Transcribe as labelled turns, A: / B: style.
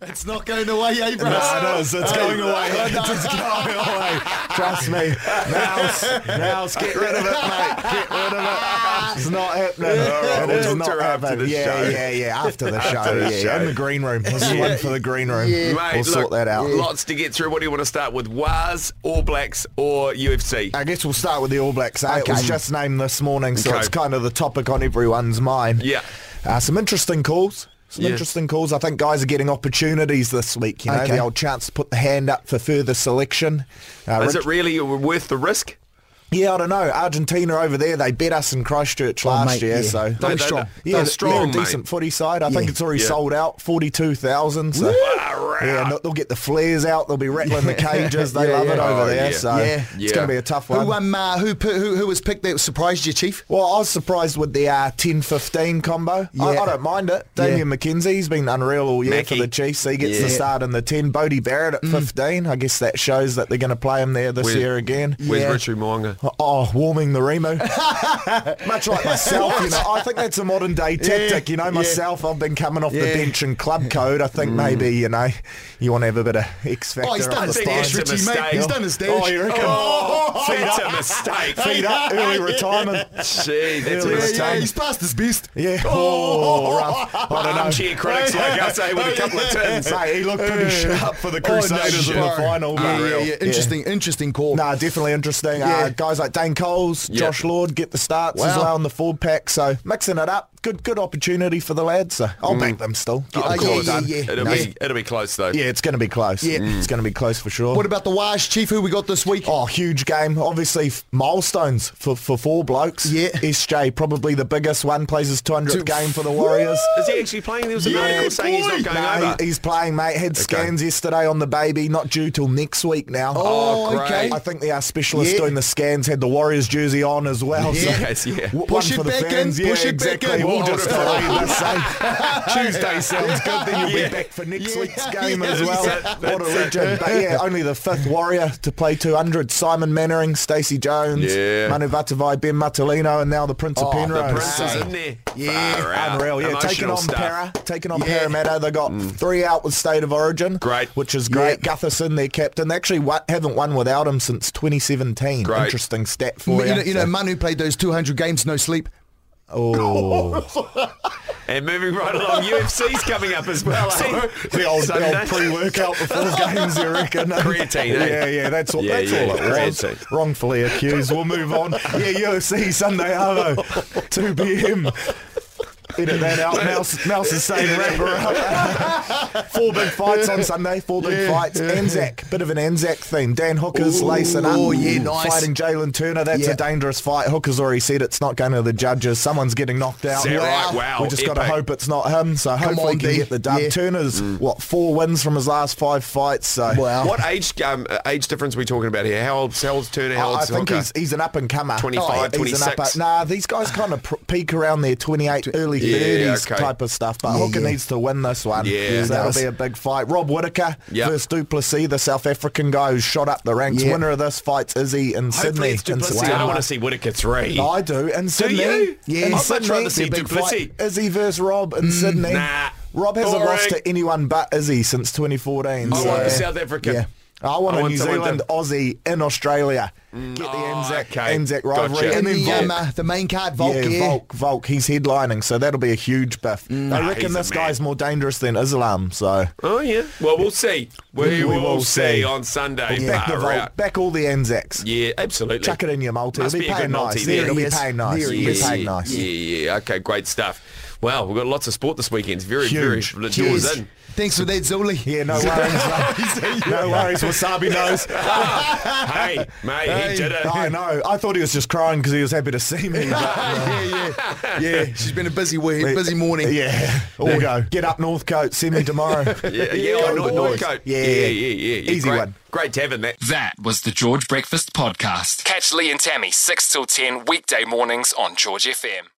A: It's not going away, eh, bro?
B: No, it is. It's going away. It's going away. Trust me. Mouse, mouse, get rid of it, mate. Get rid of it. It's not happening.
C: right,
B: It
C: we'll
B: is
C: talk to
B: not
C: her after
B: happening.
C: the
B: yeah,
C: show.
B: yeah, yeah. After the show.
C: the
B: yeah,
C: show.
B: in the green room. This is one for the green room.
C: Mate,
B: we'll sort
C: look,
B: that out.
C: Lots to get through. What do you want to start with? Waz, All Blacks, or UFC?
B: I guess we'll start with the All Blacks. Eh? It was just named this morning, so
C: Okay.
B: it's kind of the topic on everyone's mind.
C: Yeah.
B: Uh, some interesting calls. Some
C: Yeah.
B: interesting calls. I think guys are getting opportunities this week. You know,
A: Okay.
B: the old chance to put the hand up for further selection. Uh,
C: Is
B: Rich-
C: it really worth the risk?
B: Yeah, I don't know. Argentina over there, they bet us in Christchurch last
A: Oh, mate,
B: year,
A: yeah.
B: so
A: They-
C: they-
B: strong.
C: they- they're
B: Yeah,
C: strong,
B: they're a decent
C: mate.
B: footy side. I think
A: Yeah.
B: it's already
C: Yeah.
B: sold out, forty-two thousand. So
C: Wow.
B: yeah, and they'll get the flares out. They'll be rattling the cages. They
A: Yeah,
B: love it
A: yeah.
B: over
C: Oh,
B: there.
C: yeah.
B: So
A: Yeah.
B: it's
C: Yeah.
B: going to be a tough one.
A: Who um, uh, who, put, who who was picked that surprised you, Chief?
B: Well, I was surprised with the uh, 10-15 combo. I,
A: Yeah.
B: I don't mind it.
A: Yeah.
B: Damien McKenzie, he's been unreal all year
C: Mackie.
B: for the Chiefs. He gets the
A: Yeah. Mm.
B: start in the 10. Bodie Barrett at 15. I guess that shows that they're going to play him there this
C: Where-
B: year again.
C: Where's
A: Yeah.
C: Richard Moonga?
B: Oh, warming the Remu. Much like myself, you know. I think that's a modern day tactic. you know, myself, I've been coming off the
A: Yeah. Mm.
B: bench in club code. I think maybe, you know, you want to have a bit of X factor.
A: Oh, he's
B: up
A: done
B: the
A: his
C: think
B: spine.
C: it's
A: dash,
C: a
A: Richie, mate.
C: mistake.
A: He's done Oh. his dash.
B: Oh, you reckon? feet
C: That's
B: up,
C: a mistake.
B: feet up, early retirement.
C: Gee, that's a
B: Yeah,
A: Yeah,
C: mistake.
A: yeah,
B: time.
A: he's past his best.
B: Yeah. Oh, rough. I don't know.
C: Armchair critics like us, eh, with a couple of tins.
B: Mate, he looked pretty sharp for the
A: Oh, no,
B: Crusaders in the
A: sure.
B: final.
A: Yeah,
B: mate.
A: yeah, yeah. Interesting, interesting call.
B: Nah, definitely interesting. Uh,
A: Yeah.
B: guys like Dane Coles,
C: Yeah.
B: Josh Lord get the starts as
A: Wow.
B: well in the forward pack. So mixing it up, good good opportunity for the lads. So I'll back them still. Get
C: Of
B: the
A: yeah,
B: job
C: course.
B: done.
A: yeah, yeah.
C: Mm. Oh, It'll,
B: No.
C: be, Mm. it'll be close, though.
B: Yeah, it's going to be close.
A: Yeah.
B: It's going to be close for sure.
A: What about the Wise Chief? Who we got this week?
B: Oh, huge game. Obviously, f- milestones for, for four blokes.
A: Yeah.
B: SJ, probably the biggest one, plays his 200th
A: Two-
B: game for the Warriors.
C: Is he actually playing? There was an
A: Yeah,
C: article saying he's not
A: boy.
C: going
B: Nah,
C: over.
B: he- he's playing, mate. Had scans yesterday on the baby, not due till next week now.
A: Oh,
C: great.
A: okay.
B: I think the uh, specialist
A: Yeah.
B: doing the scans had the Warriors jersey on as well. so-
A: Yeah.
C: Yes, yeah.
B: W-
A: Push
B: one
A: it
B: for the
A: back in,
B: fans. Yeah,
A: push it back
B: exactly.
A: in.
B: We'll
C: We'll
B: just
C: hold it
B: delay this. eh? Tuesday sounds good. Then you'll
C: Yeah.
B: be back for next
A: Yeah.
B: week's game
A: Yeah.
B: as well.
C: That's it.
B: What a
C: That's it.
B: legend. But yeah, only the fifth Warrior to play 200. Simon Mannering, Stacey Jones,
C: Yeah.
B: Manu Vatavai, Ben Matalino, and now the Prince of
A: Oh, the
B: Penrose.
C: The Prince is
B: So-
C: in there.
A: Yeah.
C: Far out.
B: Unreal, yeah.
C: Emotional
B: Taking on
C: stuff.
B: Para, taking on
A: Yeah.
B: Parramatta. They got three out with State of Origin.
C: Great.
B: Which is great.
A: Yeah.
B: Gutherson, their captain. They actually wa- haven't won without him since 2017.
C: Great.
B: Interesting stat
A: you
B: for you.
A: know, you know, Manu played those 200 games, no sleep.
C: And moving right along, UFC's coming up as well. eh?
B: the old, the
C: Sunday.
B: old pre-workout before games, you reckon?
C: Creatine, eh?
B: Yeah, yeah, that's all.
C: Yeah,
B: that's
C: yeah,
B: all it was.
C: creatine.
B: Wrongfully accused. We'll move on. Yeah, UFC Sunday Arvo, 2 p.m. Edit that out. Mouse, Mouse is saying wrap her up. four big fights on Sunday. Four big fights. Anzac, bit of an Anzac theme. Dan Hooker's lacing up.
A: oh, yeah, nice.
B: Fighting Jalen Turner. That's
A: Yeah.
B: a dangerous fight. Hooker's already said it's not going to the judges. Someone's getting knocked out.
C: Is that right? Wow,
B: We just got to
C: epic.
B: hope it's not him. So hopefully
A: on,
B: he can
A: D.
B: get the dub.
A: Yeah.
B: Turner's what four wins from his last five fights. So
A: Wow.
C: Mm. What age um, age difference are we talking about here? How old how old's Turner? How
B: I, I
C: old's
B: think
C: Hooker?
B: he's he's an up and comer.
C: 25,
B: He's an
C: 26.
B: nah, these guys kind of pr- peak around their 28, early 30s
C: Yeah, okay.
B: type of stuff. But
A: Yeah,
B: Hooker
A: yeah.
B: needs to win this one.
C: Yeah.
B: So that'll
A: Does.
B: be a big fight. Rob Whitaker
C: Yep.
B: versus Duplessis, the South African guy who shot up the ranks.
A: Yeah.
B: Winner of this fight's Izzy in
C: Hopefully
B: Sydney.
C: it's
B: in
C: Duplessis. I
B: September.
C: don't want to see Whitaker three.
B: I do. In Sydney.
C: you?
B: Yeah.
C: Yeah.
B: In
C: I'd much
B: Sydney.
C: rather see
B: They're big
C: Duplessis.
B: fight. Izzy versus Rob in Sydney.
C: nah.
B: Rob hasn't
C: Boring.
B: lost to anyone but Izzy since 2014.
C: I
B: so-
C: want the South African.
B: Yeah. I want
C: I
B: a
C: want
B: New
C: someone
B: Zealand
C: to-
B: Aussie in Australia. Get the
C: Oh,
B: Anzac,
C: okay.
B: Anzac rivalry.
C: Gotcha.
B: And
A: And
B: then
A: the,
B: Volk.
A: um, uh, the main card, Volk, yeah.
B: yeah, Volk, Volk, he's headlining, so that'll be a huge biff. I reckon
C: Mm, he's a
B: this
C: man.
B: guy's more dangerous than Islam, so
C: Oh yeah. Well, we'll see. We,
B: We
C: will
B: will
C: see.
B: see.
C: on Sunday.
B: back the
C: Far
B: Volk,
C: out.
B: back all the Anzacs.
C: Yeah, absolutely.
B: Chuck it in your multi.
C: Must
B: it'll be,
C: be a
B: paying
C: good multi
B: nice.
C: there.
B: it'll be
A: Yes.
B: paying nice.
A: There he
B: it'll be
A: is.
B: paying nice.
C: Yeah, yeah. Okay, great stuff. Wow, we've got lots of sport this weekend. It's very,
B: Huge.
C: very. The door's
A: Cheers.
C: in.
A: Thanks for that, Zoli.
B: Yeah, no worries. no worries. Wasabi knows.
C: Ah, hey, mate, he did it.
B: I know. I thought he was just crying because he was happy to see me. but- uh,
A: yeah, yeah. Yeah, she's been a busy week, busy morning.
B: Yeah. All go. Get up Northcote. See me tomorrow.
C: Yeah, yeah,
B: Go
C: oh, Nor-
B: boys.
C: Northcote.
B: Yeah.
C: yeah, yeah, yeah, yeah.
B: Easy
C: great,
B: one.
C: Great to have in that.
D: That was the George Breakfast Podcast. Catch Lee and Tammy 6 till 10 weekday mornings on George FM.